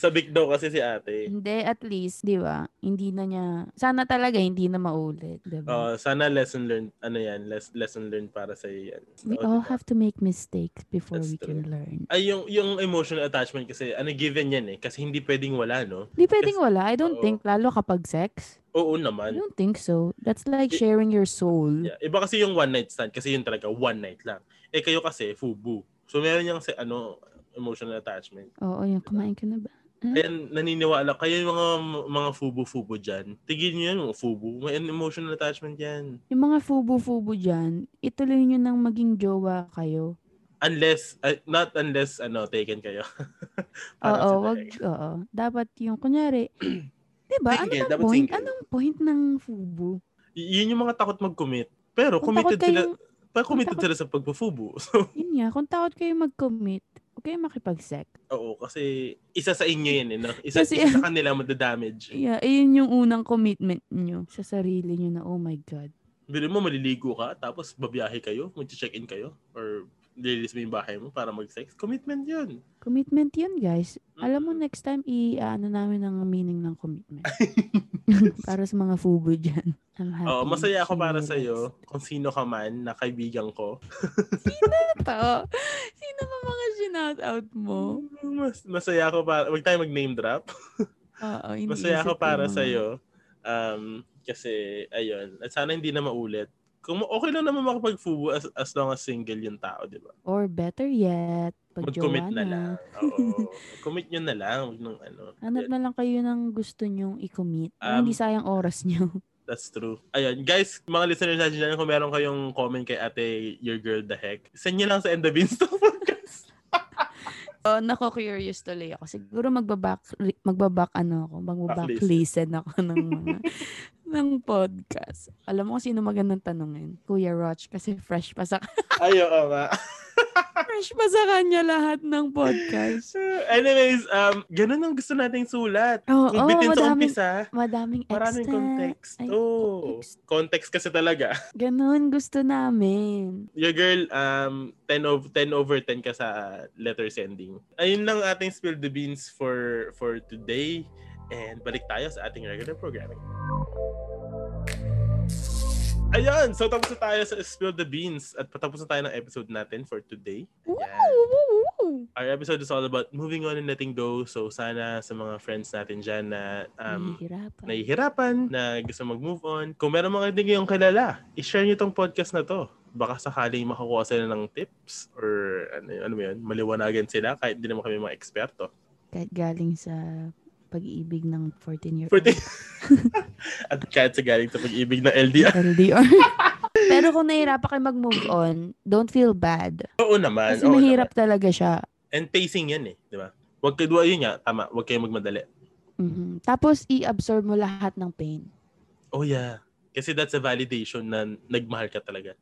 Speaker 1: Sabik daw kasi si ate.
Speaker 2: Hindi, at least, di ba? Hindi na niya, sana talaga hindi na maulit, di
Speaker 1: Uh,
Speaker 2: ba?
Speaker 1: sana lesson learned, ano yan, les- lesson learned para sa yan.
Speaker 2: We
Speaker 1: Oo,
Speaker 2: all
Speaker 1: diba?
Speaker 2: have to make mistakes before
Speaker 1: That's
Speaker 2: we can learn.
Speaker 1: Ay, yung, yung emotional attachment kasi, ano, given yan eh. Kasi hindi pwedeng wala, no?
Speaker 2: Di pwedeng wala. I
Speaker 1: oo.
Speaker 2: don't think, lalo kapag sex.
Speaker 1: Oo
Speaker 2: I
Speaker 1: naman.
Speaker 2: don't think so. That's like
Speaker 1: I-
Speaker 2: sharing your soul.
Speaker 1: Yeah. Iba kasi yung one night stand, kasi yun talaga, one night lang. Eh, kayo kasi, FUBU. So, meron yung, sa- ano, emotional attachment.
Speaker 2: Oo, yun. Kumain ka na ba?
Speaker 1: Ayan, naniniwala. Kaya yung mga, mga FUBU-FUBU dyan, tigil nyo yan, mga FUBU. May emotional attachment yan.
Speaker 2: Yung mga fubu-fubu dyan, ituloy nyo nang maging jowa kayo.
Speaker 1: Unless, uh, not unless, ano, taken kayo. Parang
Speaker 2: Oo,
Speaker 1: sila
Speaker 2: wag,
Speaker 1: eh.
Speaker 2: oo. Dapat yung, kunyari, di ba? Ano
Speaker 1: Single,
Speaker 2: bang
Speaker 1: dapat
Speaker 2: point?
Speaker 1: single.
Speaker 2: Anong point ng fubu?
Speaker 1: Y- yun yung mga takot mag-commit. Pero
Speaker 2: Kung
Speaker 1: committed
Speaker 2: takot
Speaker 1: sila,
Speaker 2: kayong,
Speaker 1: pero committed
Speaker 2: takot-
Speaker 1: sila sa pagpufubo. So,
Speaker 2: yun nga, kung takot kayong mag-commit, huwag kayong makipag-sex.
Speaker 1: oo, kasi isa sa inyo yan, eh, no? isa,
Speaker 2: Kasi-
Speaker 1: isa sa kanila madadamage.
Speaker 2: Yeah, ayun yung unang commitment nyo sa sarili nyo na, oh my God.
Speaker 1: Bili mo, maliligo ka, tapos babiyahe kayo, mag-check-in kayo, or lilis mo yung bahay mo para mag-sex. Commitment yun.
Speaker 2: Commitment yun, guys. Alam mo, next time, i-ano namin ang meaning ng commitment. para sa mga fubo dyan. I'm happy.
Speaker 1: Oo, masaya ako para sa
Speaker 2: iyo.
Speaker 1: iyo kung sino ka man na kaibigan ko.
Speaker 2: Ito. Sino ba mga shout-out mo?
Speaker 1: Mas, masaya ako para, wag tayo mag-name drop.
Speaker 2: Oo, iniisip
Speaker 1: Masaya ako
Speaker 2: ko yung
Speaker 1: para
Speaker 2: mga-
Speaker 1: sa iyo. Um, kasi ayun, at sana hindi na maulit. Kung okay lang naman makapag-fubo as, as long as single yung tao, 'di ba?
Speaker 2: Or better yet,
Speaker 1: Mag-commit
Speaker 2: pag-jowa
Speaker 1: na
Speaker 2: na.
Speaker 1: lang. Oo. Commit nyo na lang, wag nang ano.
Speaker 2: Hanap na lang kayo ng gusto nyong i-commit.
Speaker 1: Um,
Speaker 2: Para hindi sayang oras nyo.
Speaker 1: That's true. Ayun, guys, mga listeners natin dyan, kung meron kayong comment kay ate, your girl the heck, send nyo lang sa End the Beanstalk podcast.
Speaker 2: Oh, nako, curious tuloy ako. Siguro magbaback, magbaback ano ako, magbaback listen ako ng mga ng podcast. Alam mo kung sino magandang tanongin? Kuya Roch, kasi fresh pa sa,
Speaker 1: Ay, oo nga.
Speaker 2: fresh pa sa kanya lahat ng podcast.
Speaker 1: Anyways, um, ganun ang gusto nating sulat.
Speaker 2: Oo,
Speaker 1: Kung
Speaker 2: oh,
Speaker 1: bitin sa
Speaker 2: madaming,
Speaker 1: umpisa,
Speaker 2: madaming
Speaker 1: maraming
Speaker 2: extra.
Speaker 1: context.
Speaker 2: Ay,
Speaker 1: Oo.
Speaker 2: ex-
Speaker 1: Context kasi talaga.
Speaker 2: Ganun gusto namin.
Speaker 1: Your girl, um, 10, over 10 over 10 ka sa letter sending. Ayun lang ating Spill the Beans for, for today. And balik tayo sa ating regular programming. Ayun! So tapos na tayo sa Spill the Beans at patapos na tayo ng episode natin for today. Ayan.
Speaker 2: Woo, woo, woo.
Speaker 1: Our episode is all about moving on and letting go. So sana sa mga friends natin dyan na um,
Speaker 2: Nahihirapan.
Speaker 1: nahihirapan, na gusto mag-move on. Kung meron mga hindi kayong kilala, i-share nyo tong podcast na to. Baka sakaling makakuha sila ng tips or ano, yun- ano mo yun, maliwanagan sila kahit hindi naman kami mga eksperto.
Speaker 2: Kahit galing sa pag-ibig ng 14-year-old.
Speaker 1: For the- At kahit sa galing sa pag-ibig ng LDR.
Speaker 2: LDR. Pero kung nahihirapan kayo mag-move on, don't feel bad.
Speaker 1: Oo naman.
Speaker 2: Kasi
Speaker 1: oo
Speaker 2: mahirap talaga siya.
Speaker 1: naman. And pacing yan eh. Di ba? Huwag kayo, duwa, yun nga, tama. Huwag kayo magmadali.
Speaker 2: Mhm. Tapos, i-absorb mo lahat ng pain.
Speaker 1: Oh yeah. Kasi that's a validation na nagmahal ka talaga.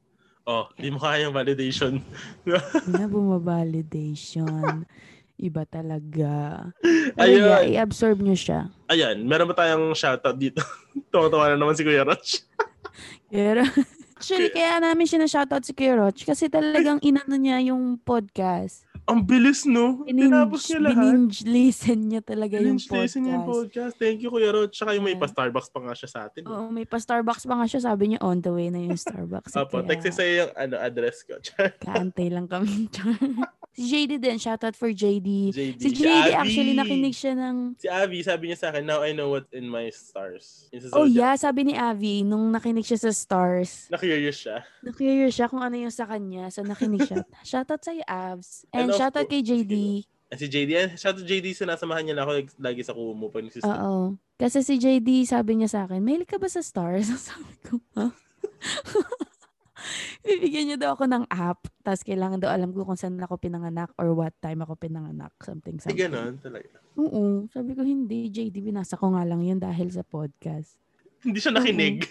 Speaker 1: Oh, di mo kaya yung validation.
Speaker 2: Hindi na bumabalidation. Iba talaga. Pero yeah,
Speaker 1: Ayun.
Speaker 2: i-absorb nyo siya.
Speaker 1: Ayan, meron ba tayong shoutout dito? Tuwang-tuwa na naman si Kuya Roch.
Speaker 2: Pero, actually, kaya namin sinashoutout si Kuya Roch kasi talagang inano niya yung podcast.
Speaker 1: Ang bilis, no? Tinapos
Speaker 2: Bininge,
Speaker 1: niya lahat.
Speaker 2: bininge listen niya talaga yung
Speaker 1: Bininge
Speaker 2: podcast.
Speaker 1: listen niya yung podcast. Thank you, Kuya Rod. Tsaka yung may
Speaker 2: Yeah. Oh,
Speaker 1: pa-Starbucks pa nga siya sa atin. eh.
Speaker 2: Oo, may pa-Starbucks pa nga siya. Sabi niya, on the way na yung Starbucks.
Speaker 1: Apo,
Speaker 2: Kaya
Speaker 1: text sa'yo yung ano, address ko.
Speaker 2: Kaantay lang kami. si JD din. Shoutout for JD.
Speaker 1: JD.
Speaker 2: Si JD
Speaker 1: Abby!
Speaker 2: actually nakinig siya ng...
Speaker 1: Si Abby, sabi niya sa akin, now I know what's in my stars. Yung sa
Speaker 2: Oh
Speaker 1: zodiac.
Speaker 2: yeah, sabi ni Avi, nung nakinig siya sa stars,
Speaker 1: Na-curious siya.
Speaker 2: na-curious siya kung ano yung sa kanya. So nakinig siya. shoutout sa'yo, Avs.
Speaker 1: And
Speaker 2: And
Speaker 1: of
Speaker 2: shoutout kay JD.
Speaker 1: At si JD, eh, shout out JD, sinasamahan niya na ako like, lagi sa kumo pag nagsistay.
Speaker 2: Oo. Kasi si JD sabi niya sa akin, mahilig ka ba sa stars? sabi ko, ha? Bibigyan niya daw ako ng app. Tapos kailangan daw alam ko kung saan ako pinanganak or what time ako pinanganak. Something,
Speaker 1: Hindi
Speaker 2: something.
Speaker 1: ganon talaga.
Speaker 2: Oo. Sabi ko, hindi, JD. Binasa ko nga lang yun dahil sa podcast.
Speaker 1: Hindi siya nakinig.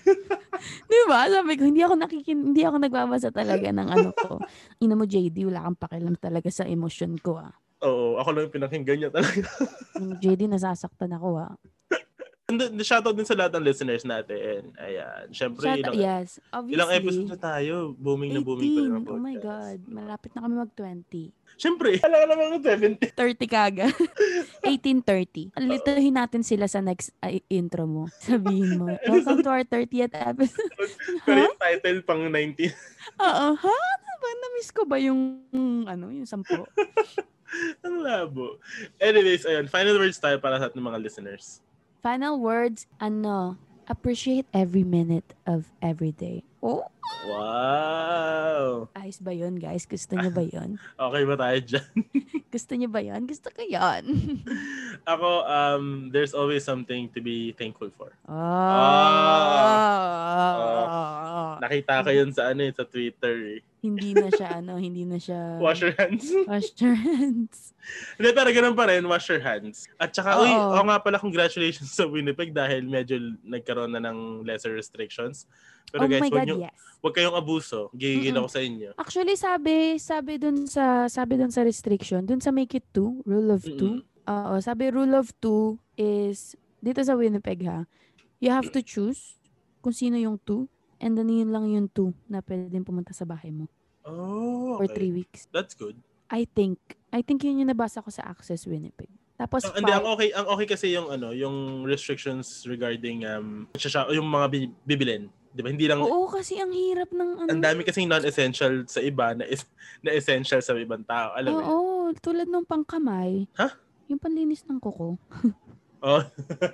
Speaker 2: Di ba? Sabi ko, hindi ako, nakikin hindi ako nagbabasa talaga ng ano ko. Ina mo, JD, wala kang pakialam talaga sa emosyon ko, ah.
Speaker 1: Oo, ako lang yung pinakinggan niya talaga.
Speaker 2: Yung JD, nasasaktan ako, ah.
Speaker 1: And the, the shoutout din sa lahat ng listeners natin. Ayan. Siyempre,
Speaker 2: Shout
Speaker 1: ilang,
Speaker 2: yes, obviously.
Speaker 1: ilang episode na tayo. Booming na booming pa rin ang
Speaker 2: 18. Oh my
Speaker 1: podcast.
Speaker 2: God. Malapit na kami mag-20.
Speaker 1: Siyempre, alam naman ko 70.
Speaker 2: 30 kaga. 1830. Alitahin natin sila sa next ay, intro mo. Sabihin mo, welcome to our 30th episode.
Speaker 1: Pero yung title pang 19.
Speaker 2: Oo, ha? Ano ba? Na-miss ko ba yung, ano, yung sampo?
Speaker 1: Ang labo. Anyways, ayan. Final words tayo para sa ating mga listeners.
Speaker 2: Final words, ano, appreciate every minute of every day. Oh,
Speaker 1: Wow!
Speaker 2: ayos ba yun, guys? Gusto niyo ba yun?
Speaker 1: Okay ba tayo dyan?
Speaker 2: Gusto niyo ba yun? Gusto ko yun.
Speaker 1: Ako, um, there's always something to be thankful for.
Speaker 2: Ah.
Speaker 1: Nakita ko yun sa ano eh, sa Twitter eh.
Speaker 2: Hindi na siya, ano, hindi na siya...
Speaker 1: Wash your hands.
Speaker 2: Wash your hands.
Speaker 1: Hindi, pero ganun pa rin, wash your hands. At saka, uy,
Speaker 2: Oo.
Speaker 1: oo nga pala, congratulations sa Winnipeg dahil medyo nagkaroon na ng lesser restrictions. Pero
Speaker 2: oh
Speaker 1: guys,
Speaker 2: my
Speaker 1: huwag,
Speaker 2: God,
Speaker 1: niyo-
Speaker 2: yes.
Speaker 1: huwag kayong abuso. Gigigil
Speaker 2: Mm-mm.
Speaker 1: ako sa inyo.
Speaker 2: Actually, sabi, sabi dun sa, sabi dun sa restriction, dun sa make it two, rule of two. Oo, sabi rule of two is, dito sa Winnipeg ha, you have to choose kung sino yung two, and then yun lang yung two na pwedeng pumunta sa bahay mo
Speaker 1: Oh,
Speaker 2: for
Speaker 1: okay.
Speaker 2: three weeks.
Speaker 1: That's good.
Speaker 2: I think, I think yun yung nabasa ko sa Access Winnipeg. Tapos,
Speaker 1: Ang, Oh, hindi,
Speaker 2: five-
Speaker 1: ang okay, ang okay kasi yung ano, yung restrictions regarding um sya- yung mga bi- bibilin, 'di ba? Hindi lang
Speaker 2: oo, kasi ang hirap ng ano.
Speaker 1: ang dami kasing non-essential sa iba na is, na essential sa ibang tao. Alam mo?
Speaker 2: Oo, tulad nung pangkamay.
Speaker 1: Ha?
Speaker 2: Yung panlinis ng kuko.
Speaker 1: Oh.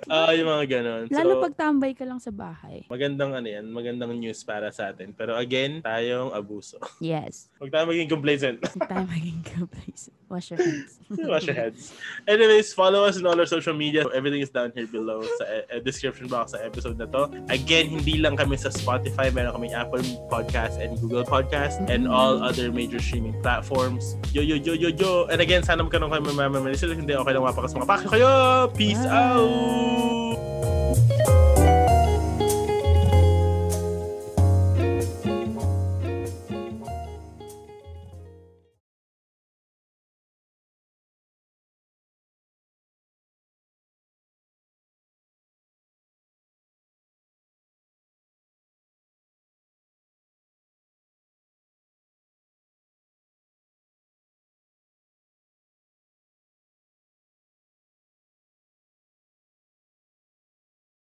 Speaker 1: Ah, yung mga ganun.
Speaker 2: Lalo
Speaker 1: so,
Speaker 2: pag tambay ka lang sa bahay.
Speaker 1: magandang ano yan, magandang news para sa atin. Pero again, tayong abuso.
Speaker 2: Yes.
Speaker 1: Huwag tayo maging complacent.
Speaker 2: Huwag tayo maging complacent. Wash your hands.
Speaker 1: Wash your heads. Anyways, follow us on all our social media. Everything is down here below sa e- e- description box sa episode na to. Again, hindi lang kami sa Spotify. Meron kami Apple Podcast and Google Podcast and all other major streaming platforms. Yo, yo, yo, yo, yo. And again, sana magkaroon kayo mamamamali sila. Hindi, okay lang mapakas mga pakyo kayo. Peace
Speaker 2: Bye.
Speaker 1: out!